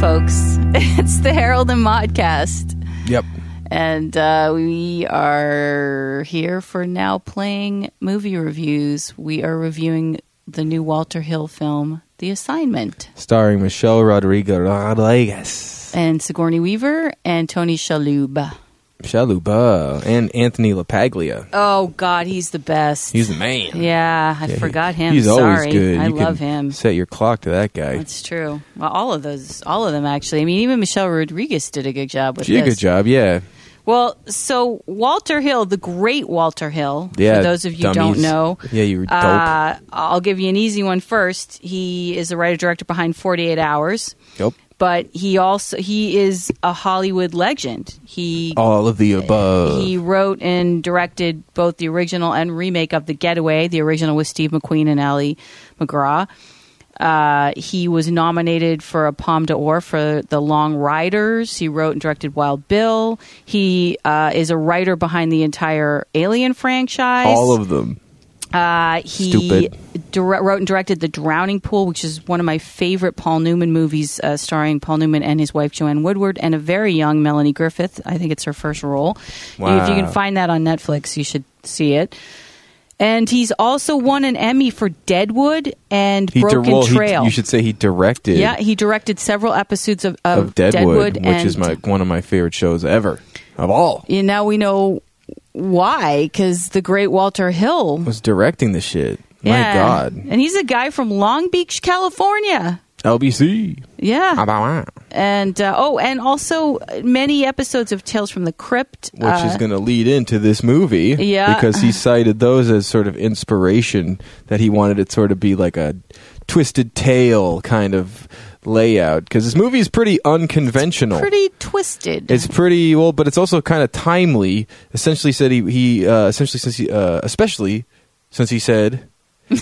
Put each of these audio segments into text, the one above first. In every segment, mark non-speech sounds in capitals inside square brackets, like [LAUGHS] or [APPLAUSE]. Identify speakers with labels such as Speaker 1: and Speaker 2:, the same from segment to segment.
Speaker 1: folks. [LAUGHS] It's the Harold and Modcast.
Speaker 2: Yep.
Speaker 1: And uh, we are here for now playing movie reviews. We are reviewing the new Walter Hill film, The Assignment,
Speaker 2: Starring Michelle Rodriguez Rodriguez,
Speaker 1: and Sigourney Weaver and Tony Shalhoub.
Speaker 2: Michelle Luba, and Anthony LaPaglia.
Speaker 1: Oh, God, he's the best.
Speaker 2: He's the man.
Speaker 1: yeah, I forgot him.
Speaker 2: He's
Speaker 1: Sorry.
Speaker 2: always good.
Speaker 1: I
Speaker 2: You
Speaker 1: love
Speaker 2: can
Speaker 1: him.
Speaker 2: Set your clock to that guy.
Speaker 1: That's true. Well, all of those, all of them actually. I mean, even Michelle Rodriguez did a good job with
Speaker 2: She did a
Speaker 1: this.
Speaker 2: good job. Yeah.
Speaker 1: Well, so Walter Hill, the great Walter Hill,
Speaker 2: Yeah.
Speaker 1: for those of you who don't
Speaker 2: dummies.
Speaker 1: know,
Speaker 2: Yeah, you were dope.
Speaker 1: uh, I'll give you an easy one first. He is the writer director behind 48 Hours,
Speaker 2: Yep.
Speaker 1: but he also he is a Hollywood legend. He
Speaker 2: All of the above.
Speaker 1: he wrote and directed both the original and remake of The Getaway. The original with Steve McQueen and Ally McGraw. Uh, he was nominated for a Palme d'Or for The Long Riders. He wrote and directed Wild Bill. He uh, is a writer behind the entire Alien franchise.
Speaker 2: All of them.
Speaker 1: Uh, he
Speaker 2: Stupid.
Speaker 1: dire- wrote and directed The Drowning Pool, which is one of my favorite Paul Newman movies, uh, starring Paul Newman and his wife Joanne Woodward and a very young Melanie Griffith. I think it's her first role. You- If you can
Speaker 2: Wow.
Speaker 1: find that on Netflix, you should see it. And he's also won an Emmy for Deadwood and
Speaker 2: He
Speaker 1: Broken
Speaker 2: dir- well, he-
Speaker 1: Trail.
Speaker 2: you should say he directed.
Speaker 1: yeah, he directed several episodes of, of,
Speaker 2: Of Deadwood, which
Speaker 1: and
Speaker 2: is my one of my favorite shows ever of all.
Speaker 1: and now we know why because the great Walter Hill
Speaker 2: Was directing the shit.
Speaker 1: Yeah.
Speaker 2: My God.
Speaker 1: And he's a guy from Long Beach, California.
Speaker 2: LBC.
Speaker 1: Yeah.
Speaker 2: How about that?
Speaker 1: and uh, oh, and also many episodes of Tales from the Crypt. uh,
Speaker 2: which is going to lead into this movie
Speaker 1: Yeah.
Speaker 2: because he cited those as sort of inspiration that he wanted it sort of be like a twisted tale kind of layout because this movie is pretty unconventional
Speaker 1: pretty twisted.
Speaker 2: it's pretty well but it's also kind of timely essentially said he, he uh, essentially since he uh, especially since he said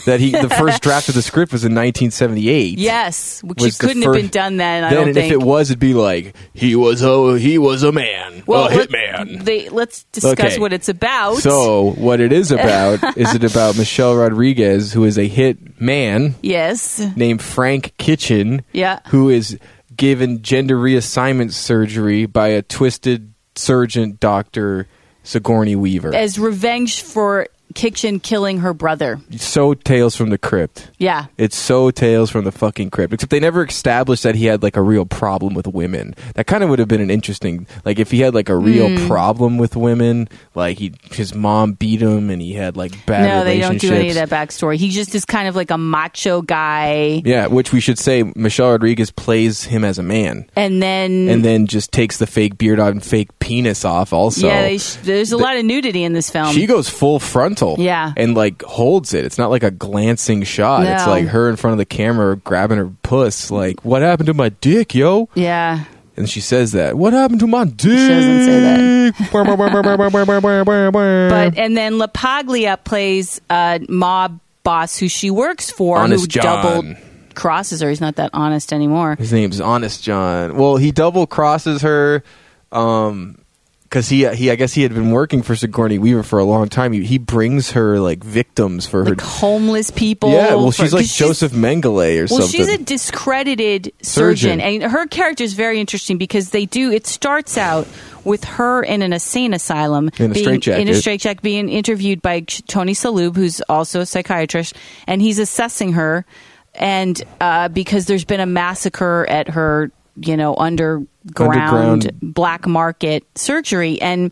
Speaker 2: that he the first draft of the script was in 1978
Speaker 1: yes, which
Speaker 2: was the
Speaker 1: couldn't have
Speaker 2: first-
Speaker 1: been done then. I
Speaker 2: then
Speaker 1: don't
Speaker 2: and
Speaker 1: think.
Speaker 2: if it was it'd be like he was a he was a man a
Speaker 1: let-
Speaker 2: hitman
Speaker 1: They, let's discuss
Speaker 2: Okay.
Speaker 1: what it's about.
Speaker 2: So, what it
Speaker 1: [LAUGHS]
Speaker 2: is about is it about Michelle Rodriguez, who is a hit man
Speaker 1: yes,
Speaker 2: named Frank Kitchen,
Speaker 1: Yeah.
Speaker 2: who is given gender reassignment surgery by a twisted surgeon doctor Sigourney Weaver.
Speaker 1: as revenge for Kitchen killing her brother.
Speaker 2: so Tales from the Crypt.
Speaker 1: Yeah.
Speaker 2: It's so Tales from the fucking Crypt. Except they never established that he had like a real problem with women. That kind of would have been an interesting like if he had like a real
Speaker 1: Hmm.
Speaker 2: problem with women, like he his mom beat him and he had like bad
Speaker 1: No, they don't
Speaker 2: relationships.
Speaker 1: do any of that backstory. He just is kind of like a macho guy,
Speaker 2: Yeah, which we should say Michelle Rodriguez plays him as a man
Speaker 1: and then
Speaker 2: and then just takes the fake beard on fake penis off also.
Speaker 1: yeah, they sh- there's a lot of nudity in this film.
Speaker 2: she goes full frontal
Speaker 1: Yeah.
Speaker 2: and like holds it it's not like a glancing shot it's
Speaker 1: No.
Speaker 2: like her in front of the camera grabbing her puss like what happened to my dick yo
Speaker 1: yeah,
Speaker 2: and she says that what happened to my dick
Speaker 1: doesn't say
Speaker 2: [LAUGHS] that
Speaker 1: But and then LaPaglia plays a mob boss who she works for, who
Speaker 2: Honest John.
Speaker 1: double crosses her. He's not that honest anymore.
Speaker 2: his name's honest john well he double crosses her um because he, he, I guess he had been working for Sigourney Weaver for a long time. He, he brings her like victims for
Speaker 1: Like
Speaker 2: her.
Speaker 1: homeless people.
Speaker 2: Yeah, well,
Speaker 1: for-
Speaker 2: she's like
Speaker 1: 'cause she's-
Speaker 2: Joseph Mengele or
Speaker 1: Well,
Speaker 2: something.
Speaker 1: she's a discredited surgeon,
Speaker 2: Surgeon.
Speaker 1: and her character is very interesting because they do. It starts out with her in an insane asylum,
Speaker 2: In a
Speaker 1: being,
Speaker 2: straitjacket.
Speaker 1: in a straitjacket, being interviewed by Ch- Tony Shalhoub, who's also a psychiatrist, and he's assessing her, and uh, because there's been a massacre at her, you know, underground,
Speaker 2: Underground.
Speaker 1: black market surgery, and.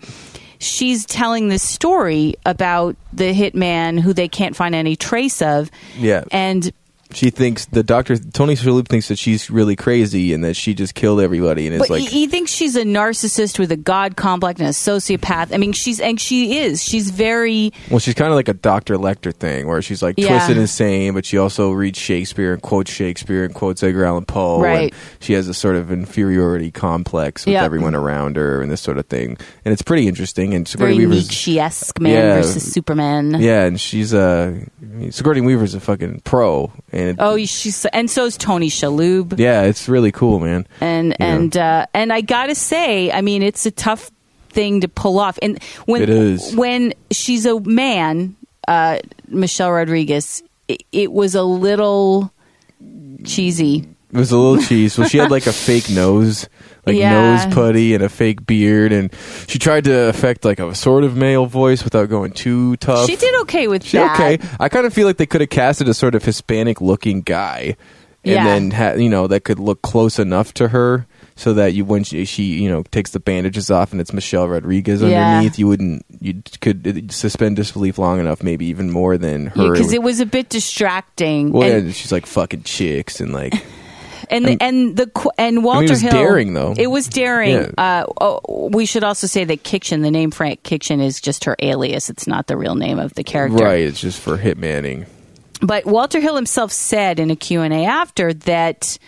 Speaker 1: She's telling this story about the hitman who they can't find any trace of.
Speaker 2: Yeah.
Speaker 1: And
Speaker 2: She thinks the doctor Tony Shalhoub thinks that she's really crazy and that she just killed everybody and it's
Speaker 1: But
Speaker 2: like
Speaker 1: he, he thinks she's a narcissist with a god complex and a sociopath. I mean, she's and she is. She's very
Speaker 2: well she's kind of like a Dr. Lecter thing where she's like
Speaker 1: Yeah.
Speaker 2: twisted insane but she also reads Shakespeare and quotes Shakespeare and quotes Edgar Allan Poe
Speaker 1: Right.
Speaker 2: and she has a sort of inferiority complex with
Speaker 1: Yeah.
Speaker 2: everyone around her and this sort of thing and it's pretty interesting and Sigourney
Speaker 1: very
Speaker 2: Weaver's
Speaker 1: Nietzsche-esque man
Speaker 2: Yeah.
Speaker 1: versus Superman.
Speaker 2: yeah and she's uh Sigourney Weaver's a fucking pro and
Speaker 1: Oh, she's and so is Tony Shalhoub.
Speaker 2: yeah it's really cool man
Speaker 1: And
Speaker 2: Yeah.
Speaker 1: and uh, and I gotta say, I mean, it's a tough thing to pull off. And when
Speaker 2: It is.
Speaker 1: when she's a man, uh, Michelle Rodriguez, it, it was a little cheesy.
Speaker 2: It was a
Speaker 1: [LAUGHS]
Speaker 2: little cheese. Well, she had like a fake nose, like
Speaker 1: Yeah.
Speaker 2: nose putty and a fake beard, and she tried to affect like a sort of male voice without going too tough.
Speaker 1: She did okay [LAUGHS] with
Speaker 2: She
Speaker 1: that.
Speaker 2: okay. I kind of feel like they could have casted a sort of Hispanic looking guy, and
Speaker 1: Yeah.
Speaker 2: then ha- you know that could look close enough to her so that you when she, she you know takes the bandages off and it's Michelle Rodriguez
Speaker 1: Yeah.
Speaker 2: underneath, you wouldn't you could uh, suspend disbelief long enough, maybe even more than her.
Speaker 1: Because it was a bit distracting.
Speaker 2: well,
Speaker 1: and,
Speaker 2: yeah, she's like fucking chicks and
Speaker 1: [LAUGHS]
Speaker 2: like
Speaker 1: and the and the qu- and Walter
Speaker 2: was
Speaker 1: Hill
Speaker 2: daring, though.
Speaker 1: It was daring.
Speaker 2: Yeah.
Speaker 1: Uh, oh, we should also say that Kitchen, the name Frank Kitchen, is just her alias. It's not the real name of the character.
Speaker 2: right. It's just for hitmanning.
Speaker 1: but walter hill himself said in a q&a after that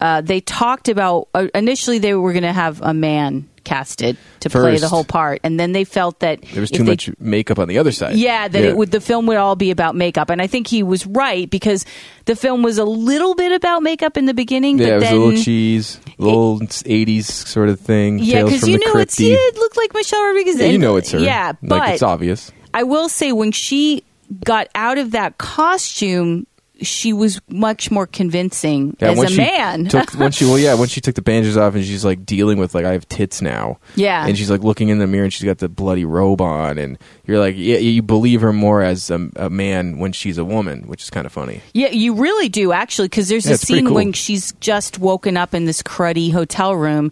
Speaker 1: uh, they talked about uh, initially they were going to have a man casted to play
Speaker 2: First.
Speaker 1: the whole part and then they felt that
Speaker 2: There was
Speaker 1: if
Speaker 2: too
Speaker 1: they-
Speaker 2: much makeup on the other side.
Speaker 1: yeah that it would the film would all be about makeup and i think he was right because the film was a little bit about makeup in the beginning
Speaker 2: Yeah,
Speaker 1: but
Speaker 2: it was
Speaker 1: then
Speaker 2: a little cheese, little '80s sort of thing.
Speaker 1: yeah because
Speaker 2: Tales from
Speaker 1: you
Speaker 2: the
Speaker 1: knew it's,
Speaker 2: Crypty.
Speaker 1: it looked like michelle rodriguez
Speaker 2: Yeah, you
Speaker 1: And-
Speaker 2: know it's her.
Speaker 1: yeah
Speaker 2: like,
Speaker 1: but
Speaker 2: it's obvious.
Speaker 1: I will say when she got out of that costume, she was much more convincing as
Speaker 2: when
Speaker 1: a
Speaker 2: she
Speaker 1: man.
Speaker 2: took,
Speaker 1: [LAUGHS]
Speaker 2: when she, well, yeah, when she took the bandages off and she's like dealing with like I have tits now.
Speaker 1: Yeah.
Speaker 2: and she's like looking in the mirror and she's got the bloody robe on, and you're like, yeah, you believe her more as a, a man when she's a woman, which is kind of funny.
Speaker 1: yeah, you really do actually because there's
Speaker 2: Yeah,
Speaker 1: a
Speaker 2: it's pretty
Speaker 1: scene
Speaker 2: cool.
Speaker 1: when she's just woken up in this cruddy hotel room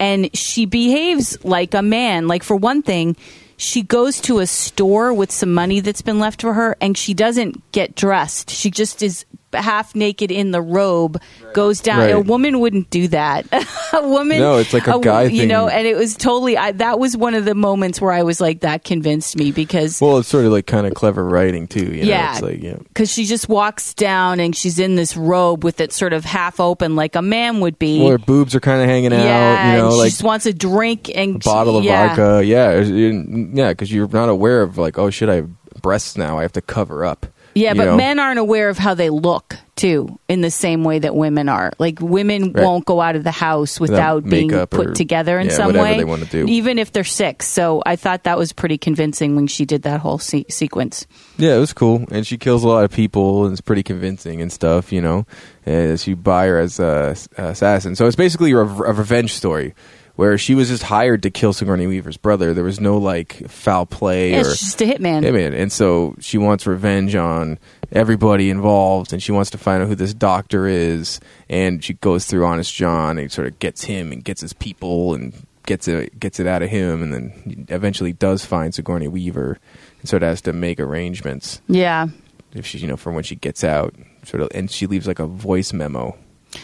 Speaker 1: and she behaves like a man. Like for one thing, she goes to a store with some money that's been left for her and she doesn't get dressed. She just is half naked in the robe goes down
Speaker 2: Right.
Speaker 1: a woman wouldn't do that [LAUGHS] a woman
Speaker 2: No, it's like a
Speaker 1: wo-
Speaker 2: guy
Speaker 1: you
Speaker 2: thing.
Speaker 1: know and it was totally I, that was one of the moments where i was like that convinced me because
Speaker 2: Well, it's sort of like kind of clever writing too. You know?
Speaker 1: Yeah.
Speaker 2: it's like yeah.
Speaker 1: because she just walks down and she's in this robe with it sort of half open like a man would be
Speaker 2: Well, her boobs are kind of hanging out.
Speaker 1: yeah
Speaker 2: you know,
Speaker 1: and she
Speaker 2: like
Speaker 1: just wants a drink and
Speaker 2: bottle of
Speaker 1: yeah.
Speaker 2: vodka. Yeah, it's- you- yeah, because you're not aware of like, oh shit, I have breasts now. I have to cover up.
Speaker 1: yeah
Speaker 2: you
Speaker 1: but
Speaker 2: know?
Speaker 1: men aren't aware of how they look too in the same way that women are like women
Speaker 2: Right.
Speaker 1: won't go out of the house without, being
Speaker 2: makeup
Speaker 1: put
Speaker 2: or-
Speaker 1: together in
Speaker 2: yeah,
Speaker 1: some
Speaker 2: whatever
Speaker 1: way
Speaker 2: they wanna do.
Speaker 1: even if they're sick so i thought that was pretty convincing when she did that whole se- sequence
Speaker 2: Yeah, it was cool, and she kills a lot of people, and it's pretty convincing and stuff, you know. As you buy her as a s- uh, assassin, so it's basically a, a revenge story where she was just hired to kill Sigourney Weaver's brother. There was no like foul play
Speaker 1: yeah,
Speaker 2: or
Speaker 1: she's just a hitman
Speaker 2: yeah, man. And so she wants revenge on everybody involved, and she wants to find out who this doctor is. And she goes through Honest John and sort of gets him and gets his people and gets it gets it out of him, and then eventually does find Sigourney Weaver and sort of has to make arrangements
Speaker 1: yeah
Speaker 2: if she you know from when she gets out, sort of, and she leaves like a voice memo.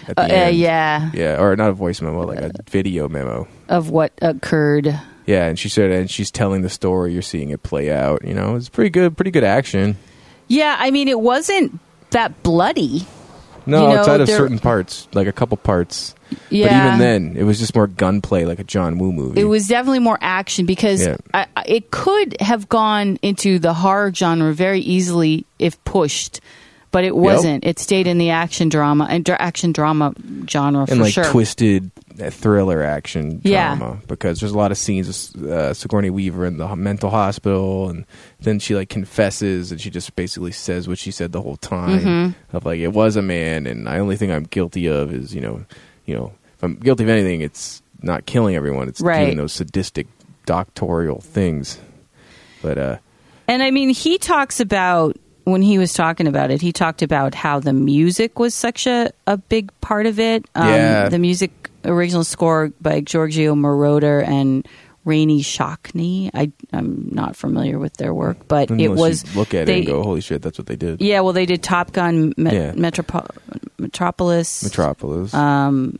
Speaker 2: At the
Speaker 1: Uh, uh,
Speaker 2: end.
Speaker 1: yeah. Uh,
Speaker 2: yeah, or not a voice memo, like a video memo.
Speaker 1: of what occurred
Speaker 2: Yeah, and she said, and she's telling the story. You're seeing it play out. You know, it's pretty good, pretty good action.
Speaker 1: yeah i mean it wasn't that bloody
Speaker 2: No,
Speaker 1: You know,
Speaker 2: outside of
Speaker 1: there-
Speaker 2: certain parts, like a couple parts.
Speaker 1: Yeah.
Speaker 2: But even then, it was just more gunplay, like a John Woo movie.
Speaker 1: It was definitely more action because
Speaker 2: Yeah.
Speaker 1: I, I, it could have gone into the horror genre very easily if pushed, but it wasn't. It stayed in the action drama and dra- action drama genre for
Speaker 2: and like
Speaker 1: sure.
Speaker 2: twisted uh, thriller action
Speaker 1: Yeah.
Speaker 2: drama because there's a lot of scenes with uh, Sigourney Weaver in the h- mental hospital, and then she like confesses and she just basically says what she said the whole time
Speaker 1: Mm-hmm.
Speaker 2: of like it was a man, and the only thing I'm guilty of is you know, you know, if I'm guilty of anything, it's not killing everyone, it's
Speaker 1: Right.
Speaker 2: doing those sadistic doctorial things. But uh,
Speaker 1: And I mean, he talks about when he was talking about it, he talked about how the music was such a, a big part of it. Um,
Speaker 2: Yeah.
Speaker 1: The music original score by Giorgio Moroder and Rainey Shockney. I, I'm not familiar with their work, but it
Speaker 2: Unless
Speaker 1: was.
Speaker 2: you look at
Speaker 1: they-
Speaker 2: it and go, "Holy shit, that's what they did."
Speaker 1: Yeah, well, they did Top Gun, Me-
Speaker 2: Yeah.
Speaker 1: Metropo- Metropolis,
Speaker 2: Metropolis.
Speaker 1: um,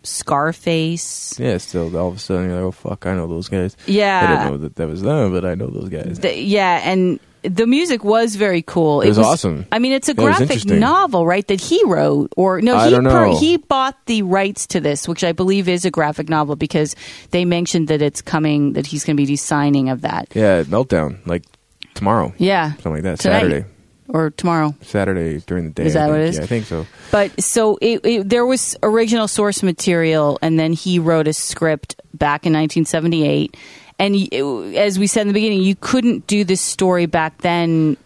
Speaker 1: Scarface.
Speaker 2: yeah, still all of a sudden you're like, "Oh fuck, I know those guys." I
Speaker 1: Yeah,
Speaker 2: didn't know that that was them, but I know those guys.
Speaker 1: The- yeah, and the music was very cool.
Speaker 2: It was awesome.
Speaker 1: I mean, it's a
Speaker 2: Yeah, it was
Speaker 1: graphic
Speaker 2: interesting.
Speaker 1: novel, right? That he wrote, or no,
Speaker 2: I
Speaker 1: he
Speaker 2: don't
Speaker 1: per-
Speaker 2: know.
Speaker 1: he bought the rights to this, which I believe is a graphic novel because they mentioned that it's coming, that he's going to be signing of that.
Speaker 2: yeah, meltdown like tomorrow.
Speaker 1: Yeah,
Speaker 2: something like that.
Speaker 1: Tonight
Speaker 2: Saturday,
Speaker 1: or tomorrow.
Speaker 2: Saturday during the day.
Speaker 1: Is that
Speaker 2: I
Speaker 1: what
Speaker 2: think.
Speaker 1: it is?
Speaker 2: Yeah, I think so.
Speaker 1: But so it, it, there was original source material, and then he wrote a script back in 1978. And y- it- as we said in the beginning, you couldn't do this story back then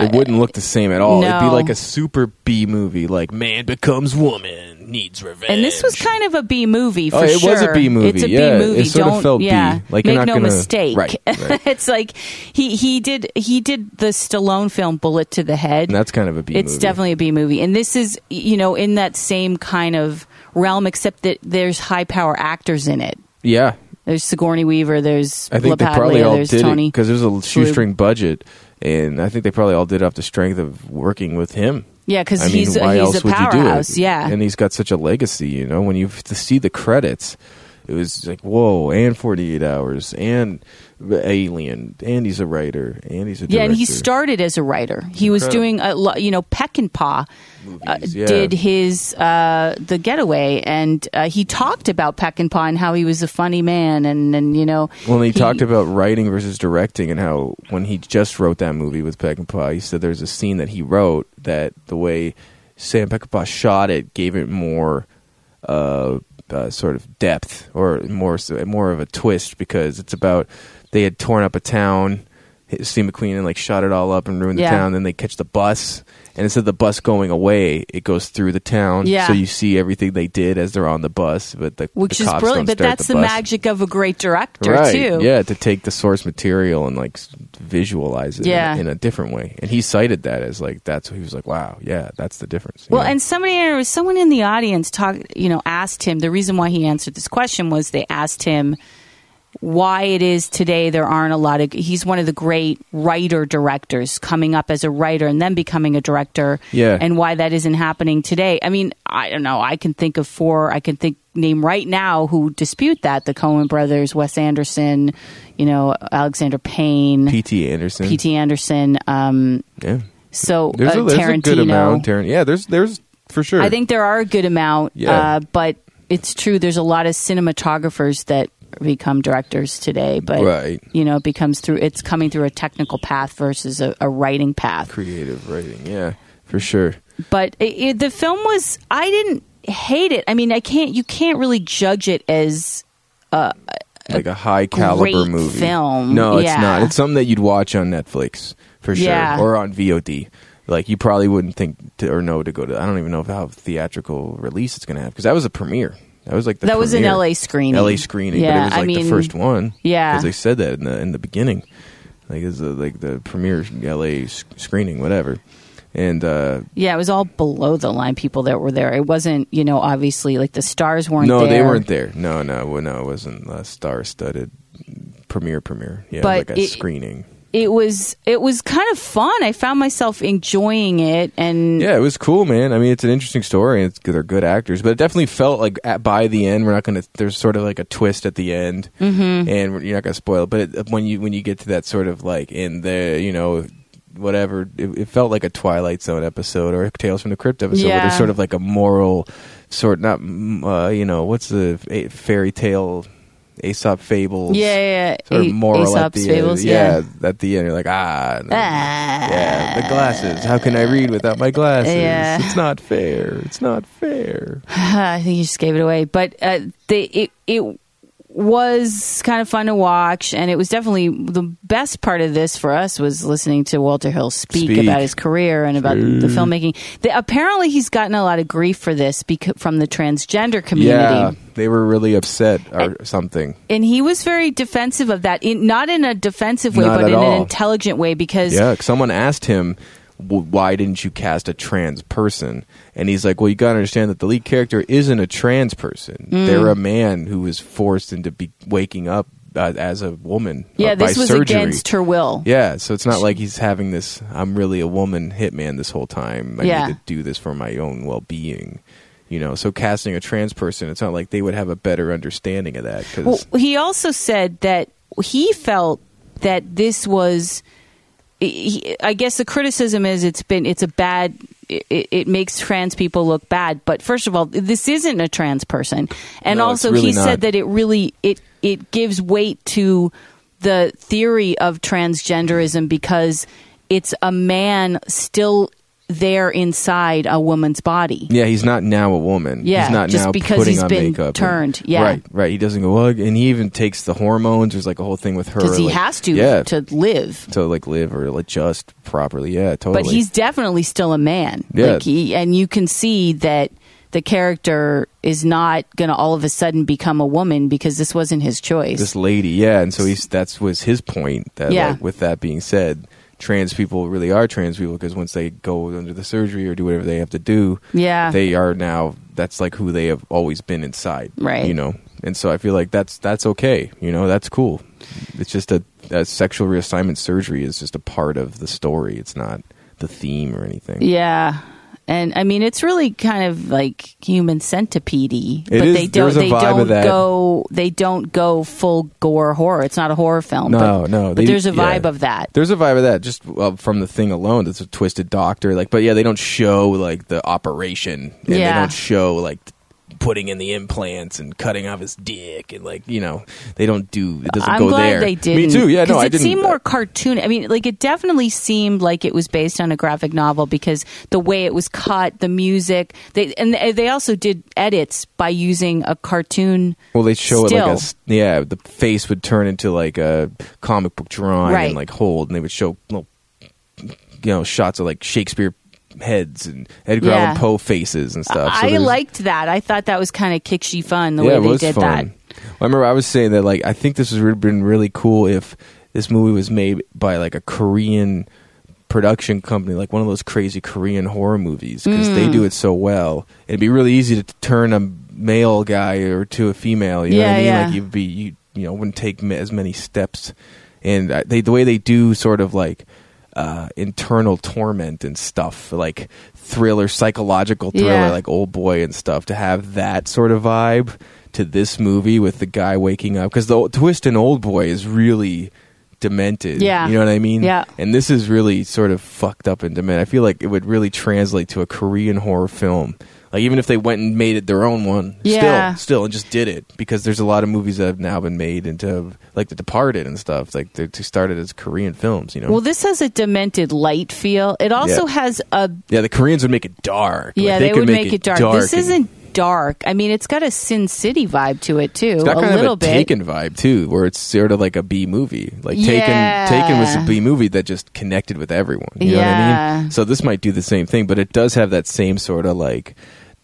Speaker 2: it wouldn't look the same at all. It'd be
Speaker 1: no.
Speaker 2: like a super B movie, like man becomes woman needs revenge.
Speaker 1: And this was kind of a B movie for
Speaker 2: Oh, it
Speaker 1: sure.
Speaker 2: was a B movie,
Speaker 1: It's a B
Speaker 2: yeah. It
Speaker 1: movie.
Speaker 2: sort of
Speaker 1: Don't
Speaker 2: felt B.
Speaker 1: yeah.
Speaker 2: Like, you're
Speaker 1: make
Speaker 2: not
Speaker 1: no
Speaker 2: gonna-
Speaker 1: mistake.
Speaker 2: Right,
Speaker 1: [LAUGHS]
Speaker 2: right.
Speaker 1: it's like he he did he did the Stallone film Bullet to the Head.
Speaker 2: And that's kind of a B.
Speaker 1: it's
Speaker 2: movie.
Speaker 1: definitely a B movie, and this is you know in that same kind of realm, except that there's high power actors in it.
Speaker 2: yeah.
Speaker 1: There's Sigourney Weaver. There's
Speaker 2: I think
Speaker 1: LaPaglia,
Speaker 2: they probably all
Speaker 1: There's
Speaker 2: did it
Speaker 1: Tony.
Speaker 2: because there's a shoestring budget, and I think they probably all did it off the strength of working with him.
Speaker 1: yeah, because
Speaker 2: I mean,
Speaker 1: he's
Speaker 2: why
Speaker 1: he's
Speaker 2: else
Speaker 1: a
Speaker 2: would you do
Speaker 1: powerhouse.
Speaker 2: it?
Speaker 1: Yeah,
Speaker 2: and he's got such a legacy. You know, when you f- to see the credits, it was like whoa, and Forty Eight Hours, and Alien, and he's a writer, and he's a
Speaker 1: Yeah, and he
Speaker 2: director.
Speaker 1: started as a writer. He was
Speaker 2: Incredible.
Speaker 1: doing a lo- you know Peck and Paw uh,
Speaker 2: Movies, yeah.
Speaker 1: did his uh, the Getaway, and uh, he talked about Peck and Paw and how he was a funny man, and and you know
Speaker 2: Well, he, talked about writing versus directing, and how when he just wrote that movie with Peckinpah, he said there's a scene that he wrote that the way Sam Peckinpah shot it gave it more uh, uh, sort of depth or more more of a twist because it's about they had torn up a town. Steve McQueen and like shot it all up and ruined the
Speaker 1: Yeah.
Speaker 2: town. Then they catch the bus, and instead of the bus going away, it goes through the town.
Speaker 1: Yeah.
Speaker 2: So you see everything they did as they're on the bus, but the
Speaker 1: which
Speaker 2: the
Speaker 1: is
Speaker 2: cops
Speaker 1: brilliant.
Speaker 2: don't
Speaker 1: But
Speaker 2: start
Speaker 1: that's the,
Speaker 2: bus.
Speaker 1: magic of a great director
Speaker 2: right.
Speaker 1: too.
Speaker 2: Yeah, to take the source material and like s- visualize it in a-
Speaker 1: Yeah.
Speaker 2: in, a different way. And he cited that as like that's he was like, wow, yeah, that's the difference. you
Speaker 1: Well,
Speaker 2: know?
Speaker 1: and somebody there was someone in the audience talk, you know, asked him the reason why he answered this question was they asked him why it is today there aren't a lot of he's one of the great writer directors coming up as a writer and then becoming a director
Speaker 2: Yeah.
Speaker 1: and why that isn't happening today i mean i don't know i can think of four i can think name right now who dispute that the cohen brothers wes anderson you know alexander payne
Speaker 2: P.T. Anderson.
Speaker 1: pt anderson um,
Speaker 2: Yeah.
Speaker 1: so
Speaker 2: There's,
Speaker 1: uh,
Speaker 2: a, there's a
Speaker 1: tarantino
Speaker 2: good amount. Tarant- yeah, there's there's for sure.
Speaker 1: I think there are a good amount,
Speaker 2: Yeah.
Speaker 1: uh, but it's true. There's a lot of cinematographers that become directors today, but
Speaker 2: Right.
Speaker 1: you know, it becomes through it's coming through a technical path versus a, a writing path.
Speaker 2: creative writing. Yeah, for sure.
Speaker 1: But it, it, the film was, I didn't hate it. I mean, I can't. You can't really judge it as
Speaker 2: Like a high caliber
Speaker 1: great
Speaker 2: movie.
Speaker 1: film,
Speaker 2: No, it's
Speaker 1: yeah.
Speaker 2: not. It's something that you'd watch on Netflix for sure
Speaker 1: Yeah.
Speaker 2: or on VOD. Like you probably wouldn't think to, or know to go to. I don't even know how theatrical release it's going to have because that was a premiere. That was like the
Speaker 1: that was an
Speaker 2: premiere.
Speaker 1: LA screening.
Speaker 2: LA screening, but
Speaker 1: Yeah,
Speaker 2: it was like
Speaker 1: I mean,
Speaker 2: the first one.
Speaker 1: yeah.
Speaker 2: because they said that in the in the beginning, like it's the like the premiere LA s- screening, whatever. And uh,
Speaker 1: Yeah, it was all below the line people that were there. It wasn't, you know, obviously like the stars weren't.
Speaker 2: no,
Speaker 1: there.
Speaker 2: they weren't there. No, no, well, no, it wasn't a star-studded premiere. Premiere, yeah, it was
Speaker 1: But
Speaker 2: like a
Speaker 1: it-
Speaker 2: screening.
Speaker 1: It was. It was kind of fun. I found myself enjoying it, and
Speaker 2: Yeah, it was cool, man. I mean, it's an interesting story, and it's, they're good actors, but it definitely felt like at, by the end, we're not going to. There's sort of like a twist at the end, mm-hmm. and we're- you're not going to spoil. It, but it, when you when you get to that sort of like in the you know whatever, it, it felt like a Twilight Zone episode or a Tales from the Crypt episode. Where
Speaker 1: Yeah.
Speaker 2: there's sort of like a moral sort, not mm, uh, you know what's the a, fairy tale, Aesop fables.
Speaker 1: Yeah, yeah, yeah.
Speaker 2: Sort
Speaker 1: A-
Speaker 2: of moral at
Speaker 1: Aesop's
Speaker 2: the uh,
Speaker 1: Fables,
Speaker 2: end.
Speaker 1: yeah.
Speaker 2: at the end, you're like ah, and then-
Speaker 1: Ah.
Speaker 2: yeah, the glasses. How can I read without my glasses?
Speaker 1: Yeah.
Speaker 2: It's not fair. It's not fair.
Speaker 1: [LAUGHS] I think you just gave it away, but uh, they, it it was kind of fun to watch, and it was definitely the best part of this for us was listening to Walter Hill speak,
Speaker 2: Speak.
Speaker 1: about his career and about the filmmaking. The, apparently, he's gotten a lot of grief for this becau- from the transgender community.
Speaker 2: Yeah, they were really upset or something.
Speaker 1: and he was very defensive of that in not in a defensive way
Speaker 2: Not
Speaker 1: but
Speaker 2: at
Speaker 1: in an
Speaker 2: all.
Speaker 1: intelligent way because
Speaker 2: Yeah, 'cause someone asked him, "W- "Why didn't you cast a trans person?" And he's like, "Well, you got to understand that the lead character isn't a trans person.
Speaker 1: Hmm.
Speaker 2: They're a man who was forced into be waking up uh, as a woman. uh,
Speaker 1: yeah,
Speaker 2: by
Speaker 1: this was
Speaker 2: surgery.
Speaker 1: against her will
Speaker 2: Yeah, so it's not like he's having this. I'm really a woman hitman this whole time. I
Speaker 1: Yeah.
Speaker 2: need to do this for my own well being. You know, so casting a trans person, it's not like they would have a better understanding of that. Cause,
Speaker 1: Well, he also said that he felt that this was. he- I guess the criticism is it's been it's a bad. It, it makes trans people look bad, but first of all, this isn't a trans person, and
Speaker 2: No, it's
Speaker 1: also
Speaker 2: really
Speaker 1: he said
Speaker 2: not.
Speaker 1: that it really it it gives weight to the theory of transgenderism because it's a man still there inside a woman's body.
Speaker 2: Yeah, he's not now a woman.
Speaker 1: Yeah,
Speaker 2: he's not
Speaker 1: just
Speaker 2: now
Speaker 1: because
Speaker 2: putting
Speaker 1: he's
Speaker 2: on
Speaker 1: been
Speaker 2: makeup. and-
Speaker 1: turned, yeah.
Speaker 2: right, right. He doesn't go well, and he even takes the hormones. There's like a whole thing with her
Speaker 1: Because he
Speaker 2: like-
Speaker 1: has to
Speaker 2: yeah,
Speaker 1: to live.
Speaker 2: to like live or adjust properly. Yeah, totally.
Speaker 1: But he's definitely still a man.
Speaker 2: Yeah.
Speaker 1: Like he, and you can see that the character is not going to all of a sudden become a woman because this wasn't his choice.
Speaker 2: this lady, yeah, and so he's that's was his point. That
Speaker 1: Yeah.
Speaker 2: like, with that being said, trans people really are trans people because once they go under the surgery or do whatever they have to do,
Speaker 1: Yeah.
Speaker 2: they are now. That's like who they have always been inside,
Speaker 1: Right.
Speaker 2: You know, and so I feel like that's that's okay. You know, that's cool. It's just a, a sexual reassignment surgery is just a part of the story. It's not the theme or anything.
Speaker 1: yeah. And I mean, it's really kind of like human centipede, but
Speaker 2: is-
Speaker 1: they don't.
Speaker 2: there's a
Speaker 1: They
Speaker 2: vibe of
Speaker 1: don't
Speaker 2: that.
Speaker 1: go. They don't go full gore horror. It's not a horror film.
Speaker 2: No,
Speaker 1: but,
Speaker 2: no,
Speaker 1: But
Speaker 2: they-
Speaker 1: there's a vibe
Speaker 2: yeah.
Speaker 1: of that.
Speaker 2: There's a vibe of that just uh, from the thing alone. That's a twisted doctor. Like, but yeah, they don't show like the operation, and they
Speaker 1: Yeah.
Speaker 2: don't show like putting in the implants and cutting off his dick, and like you know, they don't do. It doesn't
Speaker 1: I'm
Speaker 2: go
Speaker 1: glad
Speaker 2: there.
Speaker 1: they didn't.
Speaker 2: Me too. Yeah, no,
Speaker 1: 'Cause
Speaker 2: I
Speaker 1: it
Speaker 2: didn't. uh,
Speaker 1: seemed more cartoon. I mean, like it definitely seemed like it was based on a graphic novel because the way it was cut, the music, they and they also did edits by using a cartoon.
Speaker 2: well, they show it like a
Speaker 1: still.
Speaker 2: s- yeah, the face would turn into like a comic book drawing
Speaker 1: Right.
Speaker 2: and like hold, and they would show little you know shots of like Shakespeare heads and Edgar
Speaker 1: Yeah.
Speaker 2: Allan Poe faces and stuff. So
Speaker 1: I
Speaker 2: there's-
Speaker 1: liked that. I thought that was kind of kitschy fun the way
Speaker 2: it
Speaker 1: they
Speaker 2: was
Speaker 1: did that.
Speaker 2: fun. Well, I remember I was saying that like I think this would have been really cool if this movie was made by like a Korean production company, like one of those crazy Korean horror movies, because
Speaker 1: Mm.
Speaker 2: they do it so well. It'd be really easy to t- turn a male guy or to a female. You know what I
Speaker 1: Yeah,
Speaker 2: mean?
Speaker 1: yeah.
Speaker 2: Like you'd be you you know wouldn't take m- as many steps, and uh, they the way they do sort of like. Uh, internal torment and stuff like thriller, psychological thriller,
Speaker 1: Yeah.
Speaker 2: like old boy and stuff to have that sort of vibe to this movie with the guy waking up because the twist in old boy is really demented
Speaker 1: Yeah.
Speaker 2: you know what i mean
Speaker 1: Yeah.
Speaker 2: and this is really sort of fucked up and demented i feel like it would really translate to a korean horror film like even if they went and made it their own one
Speaker 1: Yeah.
Speaker 2: still still and just did it because there's a lot of movies that have now been made into like the departed and stuff like they started as korean films you know
Speaker 1: Well, this has a demented light feel. It also
Speaker 2: Yeah.
Speaker 1: has a
Speaker 2: yeah the koreans would make it dark Like,
Speaker 1: yeah. they
Speaker 2: could
Speaker 1: would make, it dark. This
Speaker 2: and-
Speaker 1: isn't dark. I mean, it's got a Sin City vibe to it too,
Speaker 2: It's got
Speaker 1: a
Speaker 2: kind
Speaker 1: little
Speaker 2: of a
Speaker 1: bit.
Speaker 2: Taken vibe too, where it's sort of like a B movie. Like
Speaker 1: Yeah.
Speaker 2: Taken, Taken was a B movie that just connected with everyone. You know what I
Speaker 1: Yeah.
Speaker 2: mean? So this might do the same thing, but it does have that same sort of like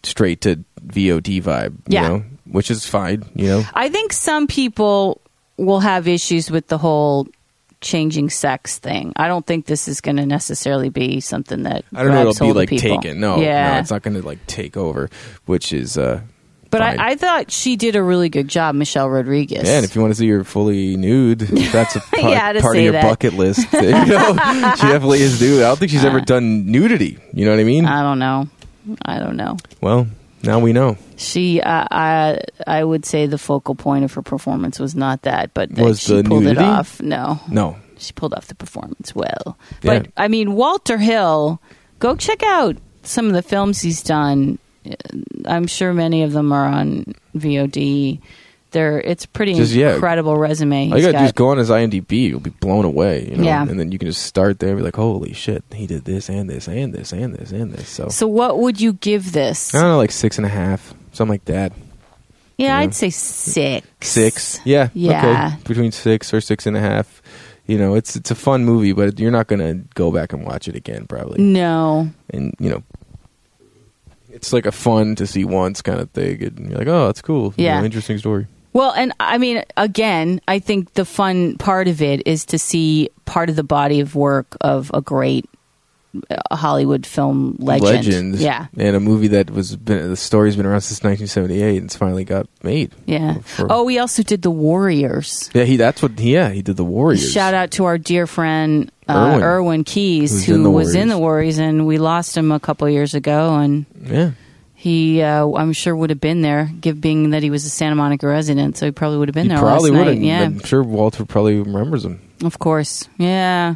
Speaker 2: straight to VOD vibe.
Speaker 1: Yeah.
Speaker 2: You know? Which is fine. You know.
Speaker 1: I think some people will have issues with the whole changing sex thing. I don't think this is going to necessarily be something that
Speaker 2: I don't know.
Speaker 1: grabs
Speaker 2: It'll be
Speaker 1: hold of
Speaker 2: like
Speaker 1: people.
Speaker 2: Taken. No,
Speaker 1: yeah,
Speaker 2: no, it's not going to like take over. Which is, uh
Speaker 1: but
Speaker 2: fine.
Speaker 1: I, I thought she did a really good job, Michelle Rodriguez.
Speaker 2: Yeah, and if you want to see her
Speaker 1: [LAUGHS]
Speaker 2: fully nude, that's a part,
Speaker 1: Yeah, to
Speaker 2: part of
Speaker 1: say
Speaker 2: your
Speaker 1: that.
Speaker 2: bucket list. [LAUGHS] you know, she definitely is nude. I don't think
Speaker 1: [LAUGHS]
Speaker 2: she's ever done nudity. You know what I mean?
Speaker 1: I don't know. I don't know.
Speaker 2: well, now we know.
Speaker 1: She, uh, I, I would say the focal point of her performance was not that, but that
Speaker 2: Was
Speaker 1: she
Speaker 2: the
Speaker 1: pulled
Speaker 2: nudity?
Speaker 1: it off. No,
Speaker 2: No.
Speaker 1: she pulled off the performance well.
Speaker 2: Yeah.
Speaker 1: But I mean, Walter Hill, go check out some of the films he's done. Uh, I'm sure many of them are on VOD. They're it's pretty
Speaker 2: Just, yeah.
Speaker 1: incredible resume.
Speaker 2: All you
Speaker 1: he's
Speaker 2: gotta do is
Speaker 1: got.
Speaker 2: go on his IMDb. You'll be blown away. You know?
Speaker 1: Yeah.
Speaker 2: And then you can just start there and be like, holy shit, he did this and this and this and this and this. So,
Speaker 1: So, what would you give this?
Speaker 2: I don't know, like six and a half, something like that.
Speaker 1: yeah,
Speaker 2: yeah.
Speaker 1: I'd say six.
Speaker 2: Six. Yeah.
Speaker 1: Yeah.
Speaker 2: Okay. Between six or six and a half. You know, it's it's a fun movie, but you're not gonna go back and watch it again probably.
Speaker 1: Mm. No.
Speaker 2: And you know it's like a fun to see once kind of thing and you're like, Oh, that's cool. You
Speaker 1: Yeah.
Speaker 2: know, interesting story.
Speaker 1: Well, and I mean, again, I think the fun part of it is to see part of the body of work of a great uh, Hollywood film legend.
Speaker 2: Legends.
Speaker 1: Yeah.
Speaker 2: And a movie that was been the story's been around since nineteen seventy eight and it's finally got made.
Speaker 1: Yeah.
Speaker 2: For-
Speaker 1: oh, we also did the Warriors.
Speaker 2: Yeah, he. That's what. Yeah, he did the Warriors.
Speaker 1: Shout out to our dear friend uh,
Speaker 2: Irwin.
Speaker 1: Irwin Keys,
Speaker 2: Who's in
Speaker 1: who
Speaker 2: the
Speaker 1: was in
Speaker 2: Warriors.
Speaker 1: the Warriors, and we lost him a couple years ago. And
Speaker 2: Yeah,
Speaker 1: he, uh, I'm sure, would have been there, given being that he was a Santa Monica resident, so he probably would have been
Speaker 2: he
Speaker 1: there
Speaker 2: probably
Speaker 1: last
Speaker 2: would.
Speaker 1: night. Yeah,
Speaker 2: I'm sure Walter probably remembers him.
Speaker 1: of course. Yeah.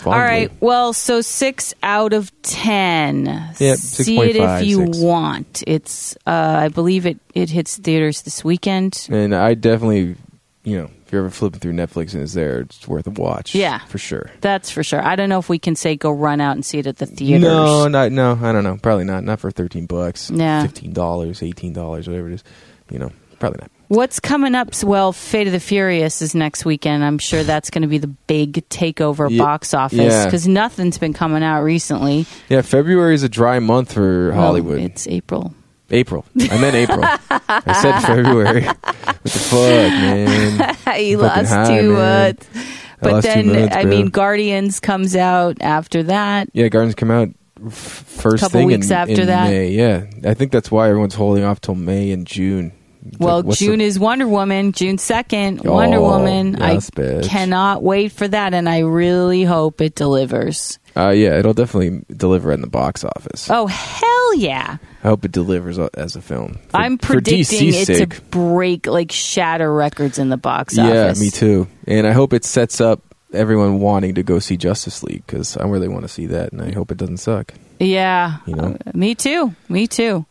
Speaker 2: Fondly.
Speaker 1: All right. Well, so six out of ten.
Speaker 2: Yep,
Speaker 1: See it
Speaker 2: 6.5,
Speaker 1: if you
Speaker 2: six.
Speaker 1: want. It's, uh, I believe it. It hits theaters this weekend.
Speaker 2: And I definitely, you know, if you're ever flipping through Netflix and it's there, it's worth a watch.
Speaker 1: Yeah.
Speaker 2: for sure.
Speaker 1: That's for sure. I don't know if we can say go run out and see it at the theaters.
Speaker 2: No, not no. I don't know. Probably not. Not for thirteen bucks.
Speaker 1: Yeah.
Speaker 2: fifteen dollars, eighteen dollars, whatever it is. You know, probably not.
Speaker 1: What's coming up? Well, Fate of the Furious is next weekend. I'm sure that's going to be the big takeover
Speaker 2: Ye-
Speaker 1: box office
Speaker 2: yeah.
Speaker 1: because nothing's been coming out recently.
Speaker 2: Yeah, February is a dry month for
Speaker 1: Well,
Speaker 2: Hollywood.
Speaker 1: it's April.
Speaker 2: April. I
Speaker 1: [LAUGHS]
Speaker 2: meant April. I said February. what the
Speaker 1: [LAUGHS]
Speaker 2: fuck, man?
Speaker 1: he
Speaker 2: Fucking
Speaker 1: lost
Speaker 2: high,
Speaker 1: two
Speaker 2: man.
Speaker 1: months.
Speaker 2: I
Speaker 1: But
Speaker 2: lost two
Speaker 1: then,
Speaker 2: months,
Speaker 1: I
Speaker 2: bro.
Speaker 1: mean, Guardians comes out after that.
Speaker 2: Yeah, Gardens come out f- first
Speaker 1: Couple
Speaker 2: thing
Speaker 1: weeks
Speaker 2: in,
Speaker 1: after
Speaker 2: in
Speaker 1: that.
Speaker 2: May. Yeah, I think that's why everyone's holding off till May and June. It's
Speaker 1: Well,
Speaker 2: like, what's the-
Speaker 1: June is Wonder Woman. June 2nd,
Speaker 2: Oh,
Speaker 1: Wonder Woman.
Speaker 2: yes,
Speaker 1: I
Speaker 2: bitch.
Speaker 1: cannot wait for that, and I really hope it delivers.
Speaker 2: Uh, yeah, it'll definitely deliver in the box office.
Speaker 1: Oh, hell yeah.
Speaker 2: I hope it delivers o- as a film. For-
Speaker 1: I'm
Speaker 2: for
Speaker 1: predicting
Speaker 2: DC's
Speaker 1: it
Speaker 2: sake.
Speaker 1: to break, like, shatter records in the box
Speaker 2: Yeah,
Speaker 1: office.
Speaker 2: me too. And I hope it sets up everyone wanting to go see Justice League because I really want to see that, and I hope it doesn't suck.
Speaker 1: Yeah.
Speaker 2: You know?
Speaker 1: Uh, me too. Me too.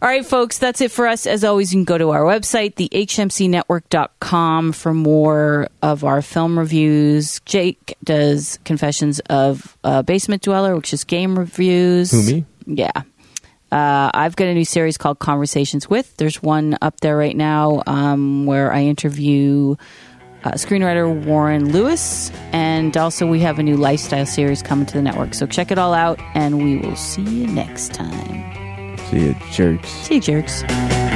Speaker 1: All right, folks, that's it for us. As always, you can go to our website, thehmcnetwork.com, for more of our film reviews. Jake does Confessions of a Basement Dweller, which is game reviews.
Speaker 2: Who, me?
Speaker 1: Yeah. Uh, I've got a new series called Conversations with. There's one up there right now um, where I interview uh, screenwriter Warren Lewis. And also, we have a new lifestyle series coming to the network. So check it all out, and we will see you next time.
Speaker 2: See you, jerks.
Speaker 1: See you, jerks.